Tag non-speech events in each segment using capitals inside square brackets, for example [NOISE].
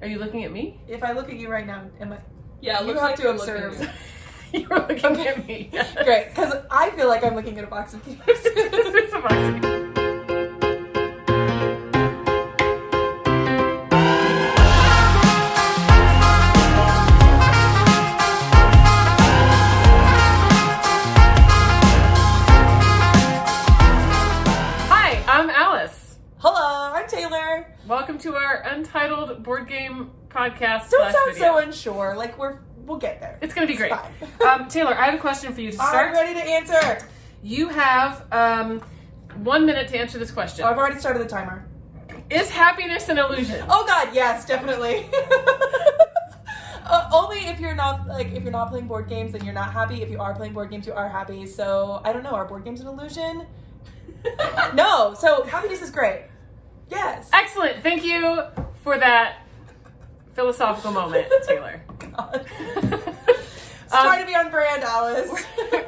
Are you looking at me? If I look at you right now, am I? Yeah, it You looks have like to you're looking observe. at [LAUGHS] You're looking at [LAUGHS] me. Yes. Great, because I feel like I'm looking at a box of cubes. It's a box. [LAUGHS] Hi, I'm Alice. [LAUGHS] Hello, I'm Taylor. Welcome to our untitled board game podcast. Don't slash sound video. so unsure. Like we're we'll get there. It's going to be great. [LAUGHS] fine. Um, Taylor, I have a question for you to [LAUGHS] I'm start. ready to answer. You have um, one minute to answer this question. I've already started the timer. Is happiness an illusion? [LAUGHS] Oh God, yes, definitely. [LAUGHS] Uh, only if you're not like if you're not playing board games then you're not happy. If you are playing board games, you are happy. So I don't know. Are board games an illusion? No. So happiness is great. Yes. [LAUGHS] Excellent. Thank you for that philosophical moment, [LAUGHS] Taylor. God. Let's try Um, to be on brand, Alice.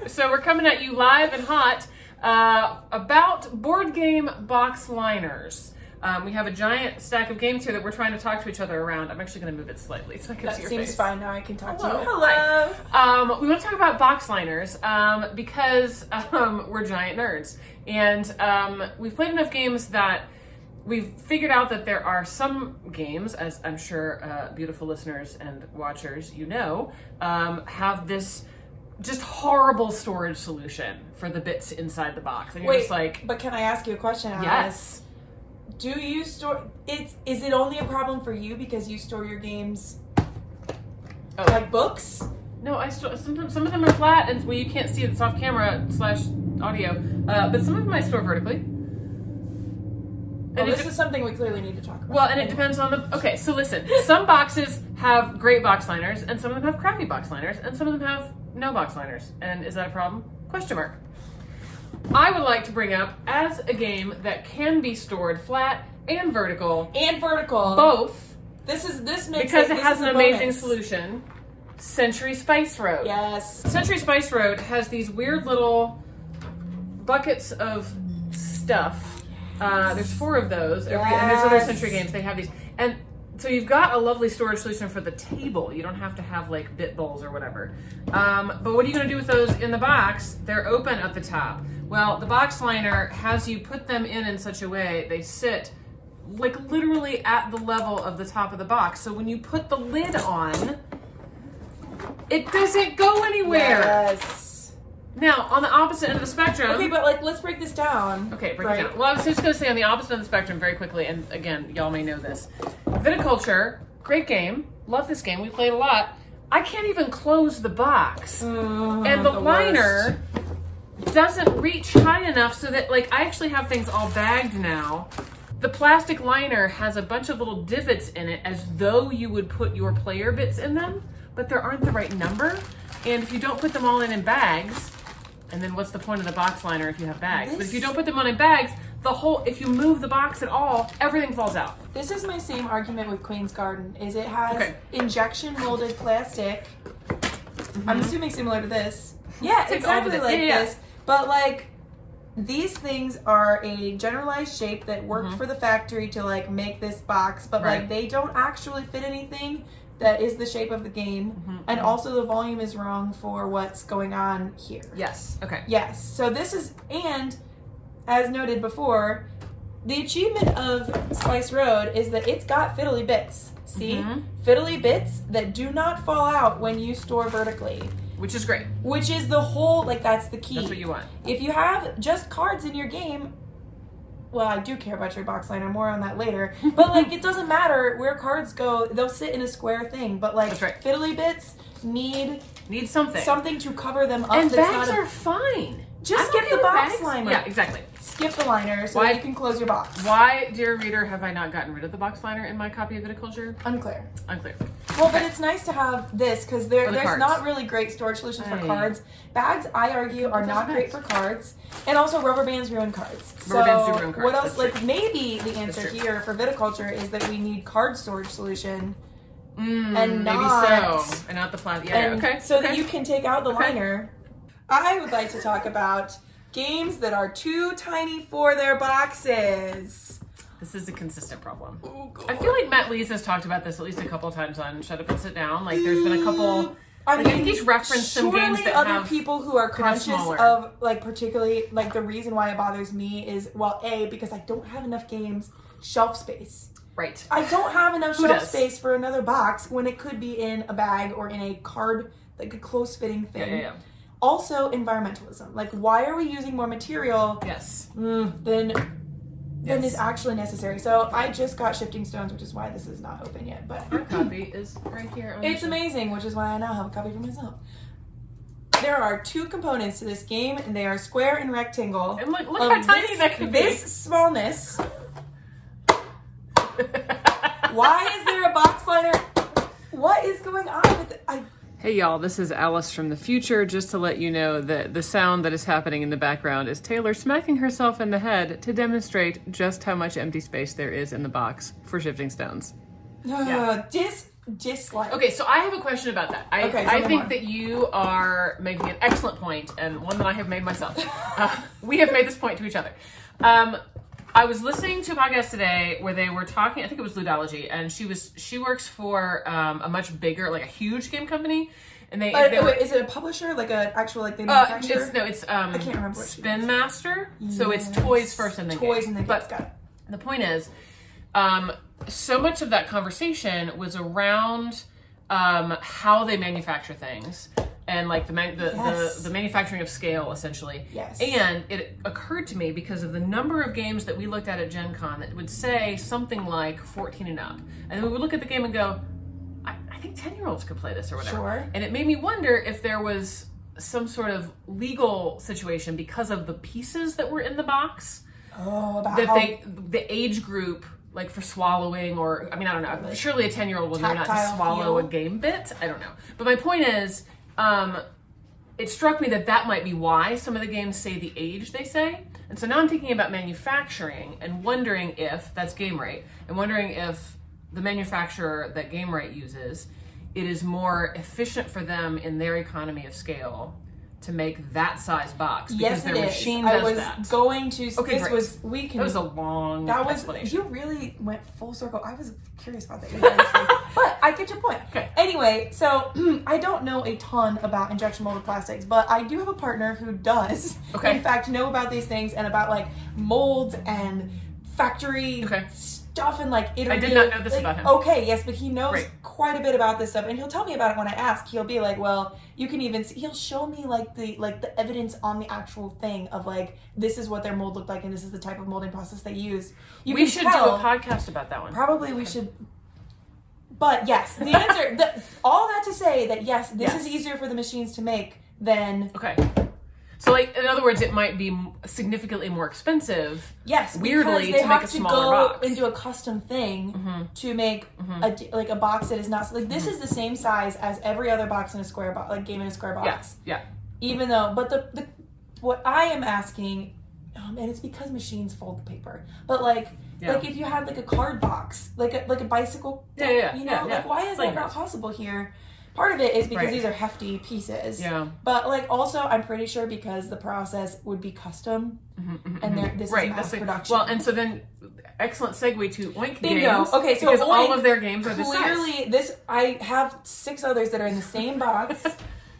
[LAUGHS] so we're coming at you live and hot uh, about board game box liners. Um, we have a giant stack of games here that we're trying to talk to each other around. I'm actually going to move it slightly so I can that see your seems face. fine. Now I can talk to you. Hello. Hello. Um, we want to talk about box liners um, because um, we're giant nerds. And um, we've played enough games that we've figured out that there are some games, as I'm sure uh, beautiful listeners and watchers, you know, um, have this just horrible storage solution for the bits inside the box. And you're Wait, uh, just like, but can I ask you a question, Alice? yes. Do you store? It's is it only a problem for you because you store your games Oh. like books? No, I store, sometimes, some of them are flat and well, you can't see it. It's off camera slash audio. Uh, but some of them I store vertically. And Well, it Oh, this is something we clearly need to talk about. Well, and it depends on the. Okay, so listen. Some boxes have great box liners, and some of them have crappy box liners, and some of them have no box liners. And is that a problem? Question mark. I would like to bring up as a game that can be stored flat and vertical, and vertical. both, This is this makes because it this has is an the amazing moment. solution Century Spice Road. Yes. Century Spice Road has these weird little buckets of stuff. Uh, there's four of those. Every, And there's other Yes. Century games. They have these. And so you've got a lovely storage solution for the table. You don't have to have like bit bowls or whatever. Um, but what are you going to do with those in the box? They're open at the top. Well, the box liner has you put them in in such a way they sit like literally at the level of the top of the box. So when you put the lid on, it doesn't go anywhere. Yes. Now, on the opposite end of the spectrum. Okay, but like let's break this down. Okay, break Right. it down. Well, I was just going to say on the opposite end of the spectrum very quickly, and again, y'all may know this. Viticulture, great game. Love this game. We played a lot. I can't even close the box. Mm, and the, worst. liner doesn't reach high enough so that, like, I actually have things all bagged now. The plastic liner has a bunch of little divots in it as though you would put your player bits in them, but there aren't the right number. And if you don't put them all in in bags, and then what's the point of the box liner if you have bags? But if you This- don't put them on in bags, the whole, if you move the box at all, everything falls out. This is my same argument with Queen's Garden. Is it has Okay. injection molded plastic? I'm assuming similar to this. Yeah, It's like Mm-hmm. all of exactly this. like Yeah, yeah, yeah. this. But like these things are a generalized shape that worked for the factory to like make this box, but Mm-hmm. Right. like they don't actually fit anything that is the shape of the game. Mm-hmm. And also the volume is wrong for what's going on here. Yes. Okay. Yes. So this is, and as noted before, the achievement of Spice Road is that it's got fiddly bits. See? Mhm. Fiddly bits that do not fall out when you store vertically, Which is great. which is the whole, like, that's the key. That's what you want. If you have just cards in your game, well, I do care about your box liner, more on that [LAUGHS] later. But, like, it doesn't matter where cards go, they'll sit in a square thing. But, like, That's right. fiddly bits need Need something. something to cover them up and that's bags not a- are fine. Just I'm get okay the with box bags. liner. Yeah, exactly. skip the liner so Why- that you can close your box. Why, dear reader, have I not gotten rid of the box liner in my copy of Viticulture? Unclear. Unclear. Well, but it's nice to have this because there, For the there's cards. not really great storage solutions for Right. cards. Bags, I argue, are those not are great for bags. cards, and also rubber bands ruin cards. Rubber so bands do ruin cards, what else? that's like true. maybe the answer true. here for viticulture is that we need card storage solution, Mm, And maybe not- so, and not the plastic. Yeah, and okay. so okay. that you can take out the Okay. liner. I would like to talk about games that are too tiny for their boxes. This is a consistent problem. Oh, God. I feel like Matt Lees has talked about this at least a couple times on Shut Up and Sit Down. Like, there's been a [LAUGHS] couple. I Like, I think he's referenced some surely games that other have- people who are that have conscious smaller. of like particularly like the reason why it bothers me is well a because I don't have enough games shelf space. Right. I don't have enough Who shelf does? space for another box when it could be in a bag or in a card like a close fitting Yeah, thing. yeah, yeah. Also environmentalism. Like why are we using more material Yes. than than Mm, Yes. is actually necessary? So I just got Shifting Stones, which is why this is not open yet, but Our copy is right here. On It's the- amazing, which is why I now have a copy for myself. There are two components to this game, and they are square and rectangle. And look, look Of how tiny Um, this, that can this [LAUGHS] smallness. be. Why is there a box liner? What is going on with it? I, uh, Hey y'all, this is Alice from the future. Just to let you know that the sound that is happening in the background is Taylor smacking herself in the head to demonstrate just how much empty space there is in the box for shifting stones. Yeah. uh, dis dislike. Okay, so I have a question about that. I, Okay, I tell me think more. that you are making an excellent point and one that I have made myself. [LAUGHS] Uh, we have made this point to each other. Um, I was listening to a podcast today where they were talking. I think it was Ludology, and she was she works for um, a much bigger, like a huge game company, and they, But they were- wait, is it a publisher? Like an actual like they Uh, manufacture? it's no, it's um, I can't remember what she Spin is. Master. So it's Yes. toys first, and then toys games. and then But games. Got it. the point is, um, so much of that conversation was around um, how they manufacture things and like the, man- the, Yes. the the manufacturing of scale essentially. Yes. And it occurred to me because of the number of games that we looked at at Gen Con that would say something like 14 and up, and then we would look at the game and go, I, I think 10 year olds could play this or whatever. Sure. And it made me wonder if there was some sort of legal situation because of the pieces that were in the box Oh, about that how they the age group like for swallowing or i mean i don't know surely a 10 year old will know not to Tactile swallow feel. a game bit i don't know but my point is um it struck me that that might be why some of the games say the age they say and so now i'm thinking about manufacturing and wondering if that's game rate and wondering if the manufacturer that game rate uses it is more efficient for them in their economy of scale to make that size box because yes, their it is. machine I does was that going to. Okay, this great. was we can that was a long That was explanation. you really went full circle. I was curious about that, [LAUGHS] actually. but I get your point. Okay. Anyway, so [CLEARS THROAT] I don't know a ton about injection molded plastics, but I do have a partner who does, Okay. in fact, know about these things and about like molds and factory Okay. stuff and like iterative. not know this like, about him. Okay, yes, but he knows Right. quite a bit about this stuff, and he'll tell me about it when I ask. He'll be like, "Well, you can even see." He'll show me like the like the evidence on the actual thing of like this is what their mold looked like, and this is the type of molding process they used. You we can should do tell- a podcast about that one. Probably we should. But yes, the answer. the, all that to say that yes, this Yes. is easier for the machines to make than Okay. So, like, in other words, it might be m- significantly more expensive. yes. Weirdly, because to they make have a to smaller go box. into a custom thing Mm-hmm, to make a d like a box that is not like this is the same size as every other box in a square box, like game in a square box. Yes. Yeah. even though but the, the what i am asking um, and it's because machines fold the paper but like Yeah. like if you had like a card box like a like a bicycle Yeah, yeah, yeah, you know yeah, like yeah. why is that Slingers. not possible here part of it is because Right. these are hefty pieces Yeah. Mm-hmm, but like also i'm pretty sure because the process would be custom and there this mm-hmm, Right. is mass That's like, production well, and so then, excellent segue to Oink Bingo. Games. Okay, so because all Oink of their games are this size. clearly this i have six others that are in the same [LAUGHS] box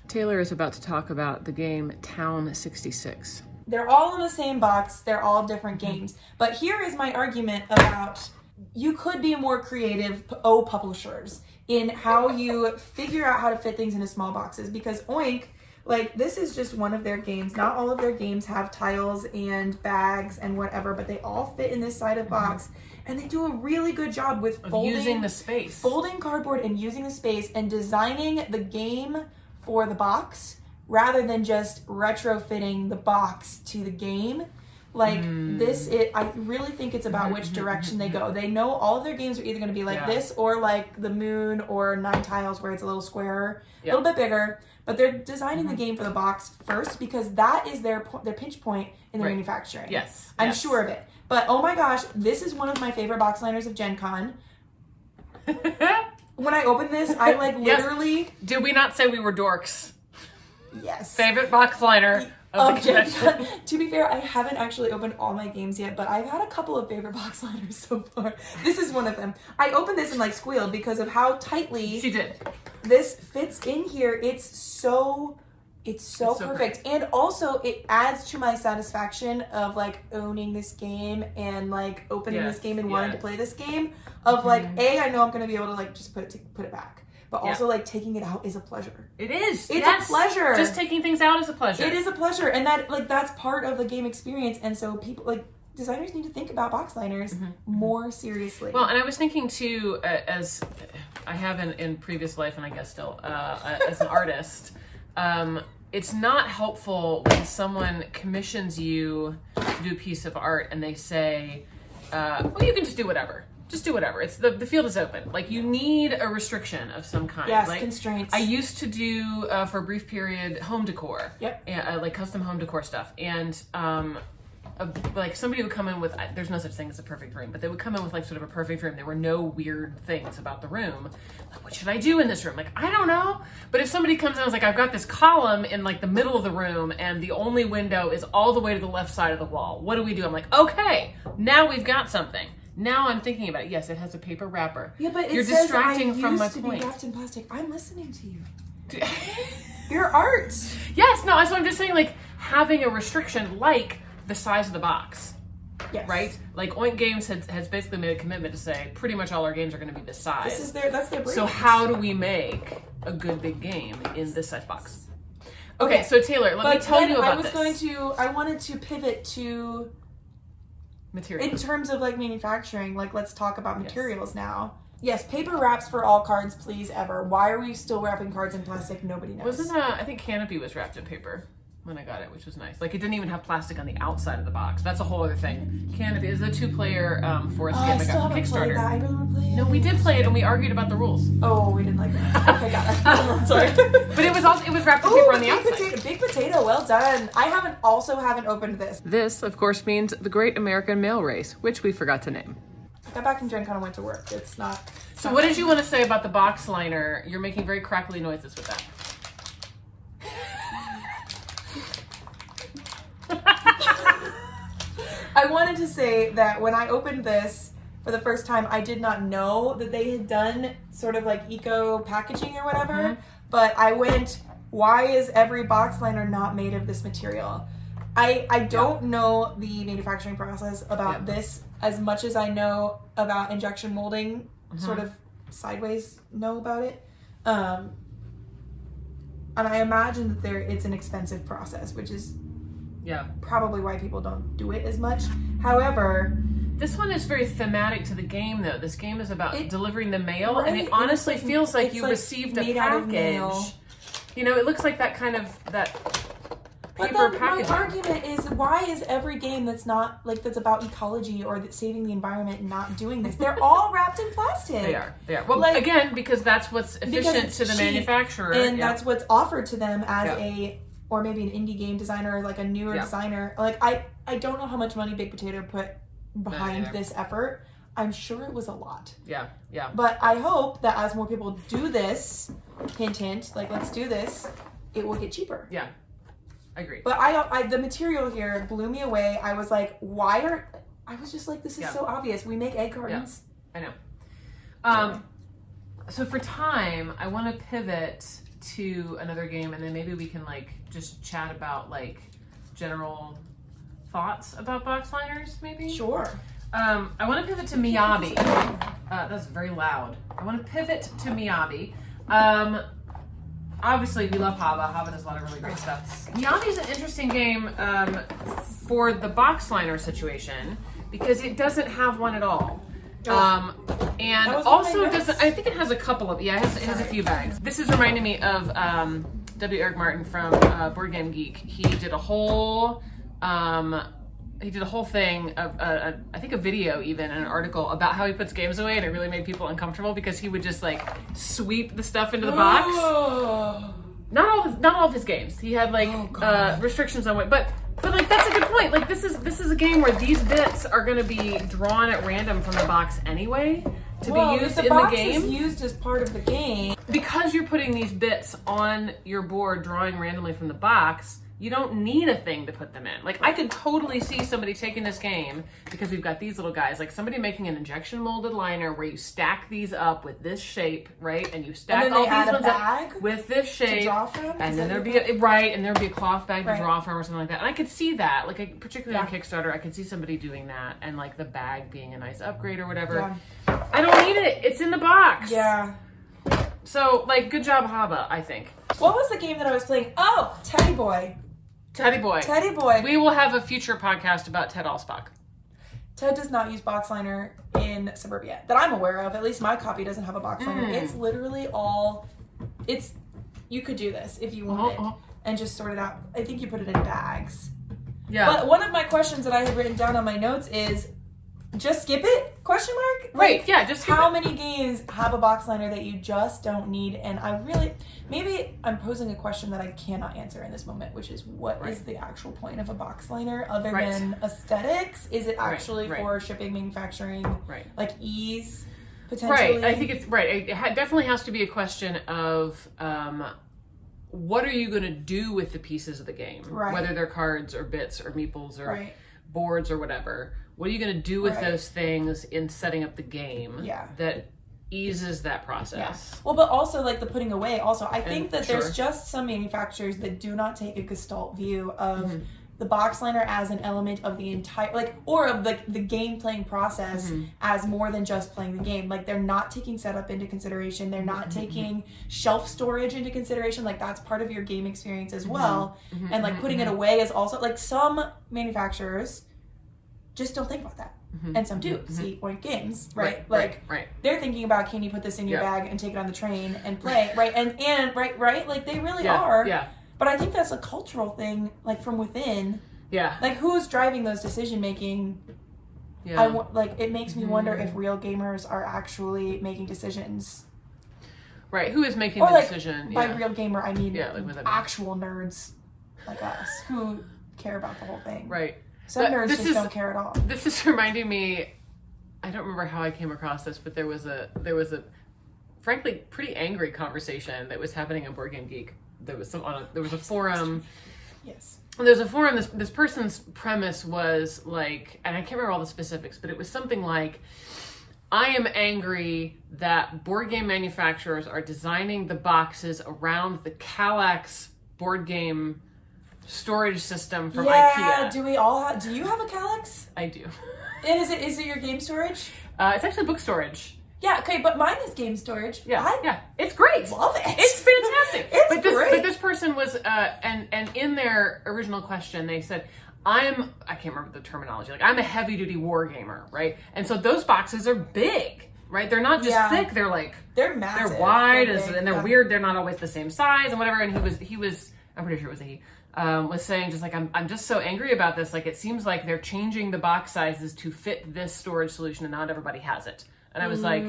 Taylor is about to talk about the game Town 66. They're all in the same box, they're all different games. But here is my argument about you could be more creative, p- oh publishers, in how you figure out how to fit things into small boxes because Oink, like this is just one of their games. Not all of their games have tiles and bags and whatever, but they all fit in this side of box and they do a really good job with folding Using the space. folding cardboard and using the space and designing the game for the box rather than just retrofitting the box to the game like Hmm. this it i really think it's about which direction they go they know all of their games are either going to be like Yeah. this or like the moon or nine tiles where it's a little squarer Yeah. Mm-hmm. a little bit bigger but they're designing the game for the box first because that is their po- their pinch point in the Right. manufacturing Yes. i'm yes. [LAUGHS] sure of it but oh my gosh this is one of my favorite box liners of gen con when I opened this, I like [LAUGHS] Yes. literally Did we not say we were dorks? yes. Favorite box liner. of the Of Gen convention. Con. [LAUGHS] to be fair, I haven't actually opened all my games yet, but I've had a couple of favorite box [LAUGHS] liners so far. This is one of them. I opened this and like squealed because of how tightly She did. this fits in here. It's so it's so, It's so perfect. And also it adds to my satisfaction of like owning this game and like opening this Yes, game and wanting to yes. Mm-hmm. play this game of like A I know I'm going to be able to like just put it put it back. But Yeah. also like taking it out is a pleasure. It is. It's yes. a pleasure. Just taking things out is a pleasure. It is a pleasure, and that like that's part of the game experience. And so people like designers need to think about box liners more seriously. Mm-hmm. Well, and I was thinking too, uh, as I have in, in previous life, and I guess still uh, as an artist, um, it's not helpful when someone commissions you to do a piece of art and they say, uh, "Well, you can just do whatever. Just do whatever. It's the the field is open." Like you need a restriction of some kind. yes, Like, constraints. I used to do uh, for a brief period home decor. Yep. Yeah, uh, like custom home decor stuff, and um, a, like somebody would come in with I- there's no such thing as a perfect room, but they would come in with like sort of a perfect room. There were no weird things about the room. Like, what should I do in this room? Like, I don't know. But if somebody comes in and is like, I've got this column in like the middle of the room, and the only window is all the way to the left side of the wall. What do we do? I'm like, okay, now we've got something. Now I'm thinking about it. Yes, it has a paper wrapper. yeah, but it You're says distracting I from used my to point. be wrapped in plastic. I'm listening to you. Your art. [LAUGHS] Yes, no, that's what I'm just saying. Like having a restriction, like the size of the box, Yes. right? Like Oink Games has, has basically made a commitment to say pretty much all our games are going to be this size. This is their. That's their. Brand. so how do we make a good big game in this size box? Okay, so Taylor, let But me tell then you about I was this going to. I wanted to pivot to material. in terms of like manufacturing. Like let's talk about materials now. Yes, paper wraps for all cards, please. Ever. Why are we still wrapping cards in plastic? Nobody knows. Wasn't uh, I think Canopy was wrapped in paper when I got it, which was nice. Like it didn't even have plastic on the outside of the box. That's a whole other thing. Canopy is a two-player um, forest Oh, I game I got still from haven't played that. Kickstarter. I really want to play it. No, we did play it and we argued about the rules. Oh, we didn't like that. Okay, [LAUGHS] got it. Sorry. But it was also it was wrapped in Ooh, paper on a the big outside. potato, big potato. Well done. I haven't also haven't opened this. This, of course, means the Great American Mail Race, which we forgot to name. I got back from Gen Con and went to work. It's not. So, what did you want to say about the box liner? You're making very crackly noises with [LAUGHS] that. I wanted to say that when I opened this for the first time, I did not know that they had done sort of like eco packaging or whatever. But I went, why is every box liner not made of this material? I I don't know the manufacturing process about Yeah. this as much as I know about injection molding. Mm-hmm. Sort of sideways know about it. Um, and I imagine that there it's an expensive process, which is Yeah. probably why people don't do it as much. However, This one is very thematic to the game, though. This game is about It- delivering the mail, and Right, it honestly it's like- feels like it's you like received a made out of mail. package. You know, it looks like that kind of that But paper then my packaging. argument is why is every game that's not like that's about ecology or that saving the environment not doing this? [LAUGHS] They're all wrapped in plastic. They are. They are. Well, Like- again, because that's what's efficient it's to the cheap, manufacturer. And Yeah. that's what's offered to them as Yeah. a or maybe an indie game designer or like a newer Yeah. designer. Like I I don't know how much money Big Potato put behind either. this effort. I'm sure it was a lot. yeah. Yeah. But I hope that as more people do this, hint hint, like let's do this, it will get cheaper. Yeah. I agree. But I, I the material here blew me away. I was like, why are I was just like, this is Yeah. so obvious. We make egg cartons. I know. Um, so for time, I want to pivot to another game, and then maybe we can like just chat about like general thoughts about box liners, maybe. Sure. Um, I want to pivot to Miyabi. Uh, that's very loud. I want to pivot to Miyabi. Um, obviously, we love Hava. Hava does a lot of really great stuff. Miyabi is an interesting game um, for the box liner situation because it doesn't have one at all. Um, and That was on also my doesn't. I think it has a couple of. Yeah, it has, it has a few bags. This is reminding me of um, W. Eric Martin from uh, Board Game Geek. He did a whole. Um, he did a whole thing of uh, uh, I think a video even and an article about how he puts games away and it really made people uncomfortable because he would just like sweep the stuff into the [GASPS] box. [LAUGHS] Not all of, not all of his games. He had like uh, restrictions on what, but but like that's a good point. Like this is this is a game where these bits are going to be drawn at random from the box anyway to Well, be used the in the box game is used as part of the game. because you're putting these bits on your board, drawing randomly from the box, You don't need a thing to put them in. Like I could totally see somebody taking this game because we've got these little guys, like somebody making an injection molded liner where you stack these up with this shape, right? And you stack then all they add these a ones bag up with this shape. draw from? Is And that then there'd your be a, right, and there'd be a cloth bag Right. to draw from or something like that. And I could see that. Like I, particularly Yeah. on Kickstarter, I could see somebody doing that and like the bag being a nice upgrade or whatever. Yeah. I don't need it. It's in the box. Yeah. So like good job, Haba, I think. What was the game that I was playing? Oh, Teddy Boy. Teddy boy. Teddy Boy. We will have a future podcast about Ted Allsbach. Ted does not use box liner in Suburbia that I'm aware of. At least my copy doesn't have a box liner. Mm. It's literally all. It's you could do this if you wanted Uh-huh. and just sort it out. I think you put it in bags. Yeah. But one of my questions that I had written down on my notes is, just skip it? Question mark. right. Like, Yeah. Just How how? many games have a box liner that you just don't need? And I really, maybe I'm posing a question that I cannot answer in this moment, which is what is Right. the actual point of a box liner other Right. than aesthetics? Is it Right, actually right. for shipping, manufacturing, Right. like ease, potentially? Right. I think it's right. It ha- definitely has to be a question of um, what are you going to do with the pieces of the game, Right. whether they're cards or bits or meeples or Right. boards or whatever. What are you going to do with Right. those things in setting up the game? Yeah. That eases that process. Well, but also like the putting away. Also, I think that sure. there's just some manufacturers that do not take a gestalt view of the box liner as an element of the entire, like, or of the the game playing process as more than just playing the game. Like, they're not taking setup into consideration. They're not taking shelf storage into consideration. Like, that's part of your game experience as well. Mm-hmm. And like putting it away is also like some manufacturers just don't think about that. And some do. See, Oink Games, Mm-hmm. right? Mm-hmm. Right. Like, right. Right. they're thinking about can you put this in your Yeah. bag and take it on the train and play [LAUGHS] right and and right right like they really Yeah. are Yeah. but i think that's a cultural thing like from within Yeah. like who's driving those decision making Yeah. I wa- like it makes me wonder if real gamers are actually making decisions right. Who is making or the like decision? by Yeah. real gamer i mean Yeah, like what that means. actual nerds like us who care about the whole thing right. some But nerds this just is- don't care at all this is [LAUGHS] reminding me i don't remember how i came across this but there was a there was a frankly pretty angry conversation that was happening on board game geek there was some on a, there was a forum yes there's a forum this this person's premise was like and i can't remember all the specifics but it was something like I am angry that board game manufacturers are designing the boxes around the Kallax board game storage system from yeah IKEA. do we all have do you have a calyx I do. and is it is it your game storage Uh, it's actually book storage. Yeah, okay, but mine is game storage. Yeah, I yeah, it's great. love it. It's fantastic. [LAUGHS] It's but this, great. But this person was, uh, and and in their original question, they said, "I'm I can't remember the terminology. Like I'm a heavy duty war gamer, right? And so those boxes are big, right? They're not just Yeah. thick. They're like they're massive. they're wide and, big, and they're yeah. weird. They're not always the same size and whatever. And he was he was I'm pretty sure it was a he um, was saying just like I'm I'm just so angry about this. Like it seems like they're changing the box sizes to fit this storage solution and not everybody has it. And I was like,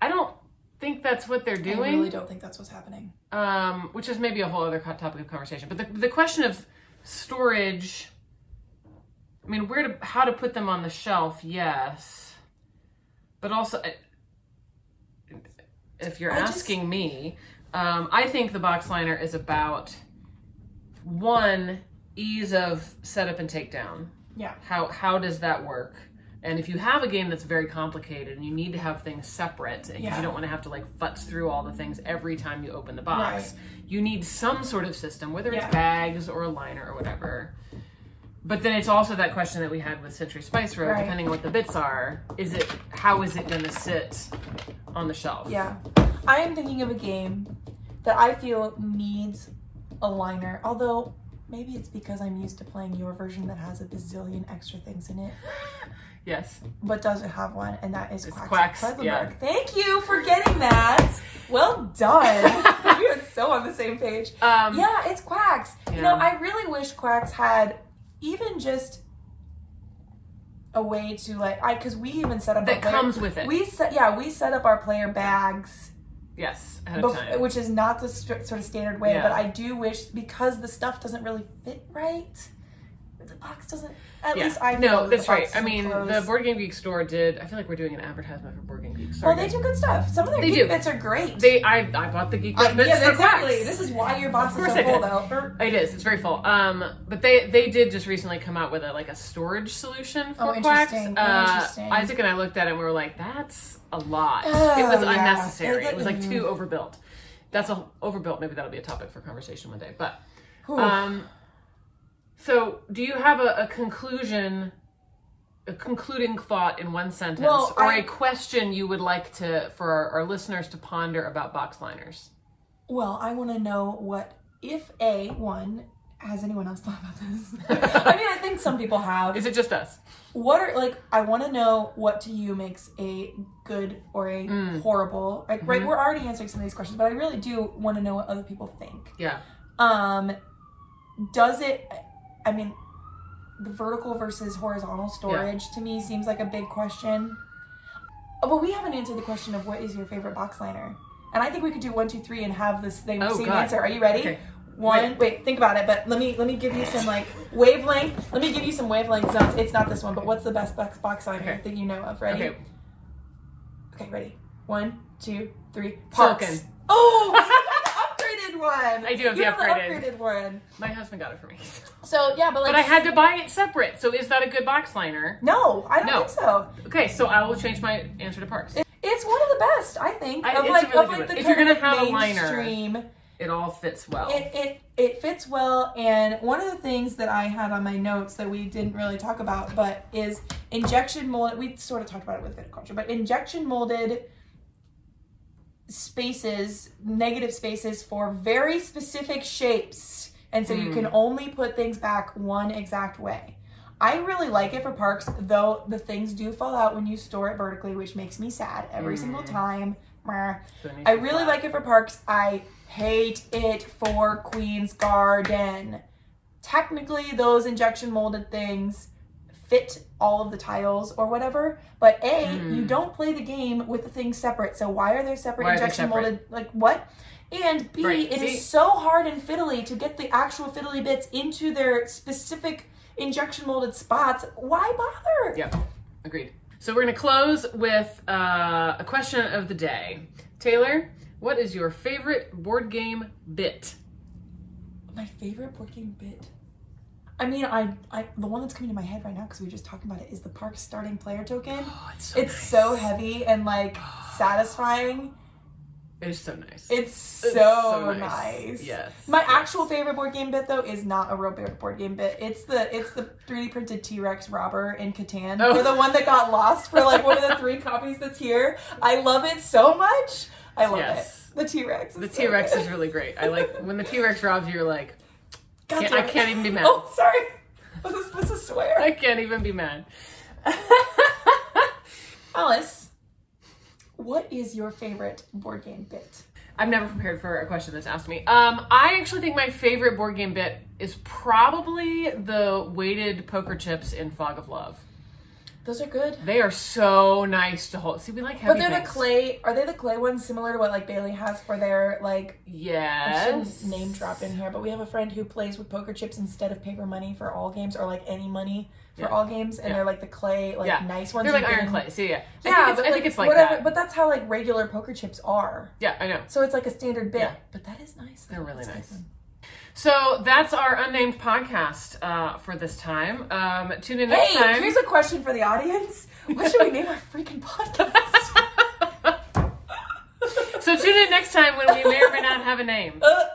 I don't think that's what they're Mm-hmm. I doing. really don't think that's what's happening. um, which is maybe a whole other co- topic of conversation. But the the question of storage. I mean, where to how to put them on the shelf? Yes, but also, I- if you're I just- asking me, um, I think the box liner is about one ease of setup and takedown. Yeah. How how does that work? And if you have a game that's very complicated and you need to have things separate because Yeah. you don't want to have to like futz through all the things every time you open the box, you need some sort of system, whether Yeah. it's bags or a liner or whatever. But then it's also that question that we had with Century Spice Road, Right. depending on what the bits are, is it how is it gonna sit on the shelf? Yeah. I am thinking of a game that I feel needs a liner, although maybe it's because I'm used to playing your version that has a bazillion extra things in it, [LAUGHS] Yes. but doesn't have one, and that is It's Quacks, Quacks, of Quedlinburg. yeah. Thank you for getting that. Well [LAUGHS] done. [LAUGHS] we are so on the same page. Um Um, yeah, it's Quacks. You Yeah. know, I really wish Quacks had even just a way to like I because we even set up that our comes player, with it. we set yeah we set up our player bags yes, ahead of bef- time. which is not the st- sort of standard way Yeah. but I do wish because the stuff doesn't really fit right the box doesn't. At Yeah. least I feel no, that that's the right. box I doesn't mean, close. the Board Game Geek store did. I feel like we're doing an advertisement for Board Game Geek. Sorry, Well, they guys. do good stuff. Some of their They geek do. bits are great. They, I, I bought the Geek Uh, Bits yeah, for exactly. Wax. This is why your box Of is so course I full, did. though. Or- It is. It's very full. Um, but they they did just recently come out with a like a storage solution for Oh, quacks. interesting. Oh, Uh, interesting. Isaac and I looked at it and we were like, that's a lot. Oh, it was yeah. unnecessary. It- It was like too overbuilt. That's a overbuilt. Maybe that'll be a topic for conversation one day. But Whew. um, so do you have a, a conclusion? A concluding thought in one sentence, Well, or I- a question you would like to for our, our listeners to ponder about box liners. Well, I want to know what if a one has anyone else thought about this? I mean, I think some people have. Is it just us? What are like? I want to know what to you makes a good or a horrible. Like, right? We're already answering some of these questions, but I really do want to know what other people think. Yeah. Um, does it? I mean, the vertical versus horizontal storage to me seems like a big question. Oh, but we haven't answered the question of what is your favorite box liner, and I think we could do one, two, three, and have this same, Oh, same God. answer. Are you ready? Okay. One, wait. think about it. But let me let me give you some like wavelength. Let me give you some wavelength zones. It's not this one, but what's the best box box liner Okay. that you know of? Ready? Okay. Okay, ready. One, two, three. Parks. Falcon. Oh, you have the upgraded one. I do have the you have upgraded. the upgraded one. My husband got it for me. [LAUGHS] So yeah, but like, But I had to buy it separate, so is that a good box liner? no, I don't No. think so. Okay, so I will change my answer to parks. It, It's one of the best, I think. I- of it's like, a really good of one. like the If you're kind of gonna have a liner. mainstream, all fits well. it it it fits well. And one of the things that I had on my notes that we didn't really talk about, but is injection molded. We sort of talked about it with viticulture, but injection molded spaces, negative spaces for very specific shapes, and so you can only put things back one exact way. I really like it for parks, though the things do fall out when you store it vertically, which makes me sad every single time. Meh. So it makes I you really flat. like it for parks. I hate it for Queen's Garden. Technically, those injection molded things fit all of the tiles or whatever, but A, you don't play the game with the things separate. So why are there separate Hmm. Why are they injection separate? molded like what? And B, Right, it see? is so hard and fiddly to get the actual fiddly bits into their specific injection molded spots. Why bother? Yeah, agreed. So we're gonna close with uh, a question of the day. Taylor, what is your favorite board game bit? My favorite board game bit. I mean, I, I the one that's coming to my head right now because we were just talking about it is the park starting player token. [GASPS] Oh, it's so It's so heavy [GASPS] and like satisfying. It is so nice. It's so, so nice. nice. Yes. My Yes. actual favorite board game bit though is not a real board board game bit. It's the it's the 3D printed T Rex robber in Catan. Oh. Or the one that got lost for like one of the three copies that's here. I love it so much. I love Yes. it. The T Rex. the T Rex [LAUGHS] is really great. I like when the T Rex robs you. You're like, God can't- damn I it. can't even be mad. Oh, sorry. Was I supposed to swear? [LAUGHS] I can't even be mad. [LAUGHS] Alice, what is your favorite board game bit? I'm never prepared for a question that's asked me. Um, I actually think my favorite board game bit is probably the weighted poker chips in Fog of Love. Those are good. They are so nice to hold. See, we like But heavy they're the things. clay. Are they the clay ones similar to what like Bailey has for their like? I Yes. shouldn't name drop in here, but we have a friend who plays with poker chips instead of paper money for all games, or like any money for Yeah. all games, and Yeah. they're like the clay, like Yeah. nice ones. They're like you iron can- clay. So yeah, Yeah, I think it's, but, I think it's like whatever. that. But that's how like regular poker chips are. Yeah, I know. So it's like a standard bit. Yeah. But that is nice. They're really That's a good nice. one. So that's our unnamed podcast uh, for this time. Um, tune in next Hey, time. [LAUGHS] here's a question for the audience. What should we name our [LAUGHS] freaking podcast? so tune in next time when we may or may not have a name. Uh,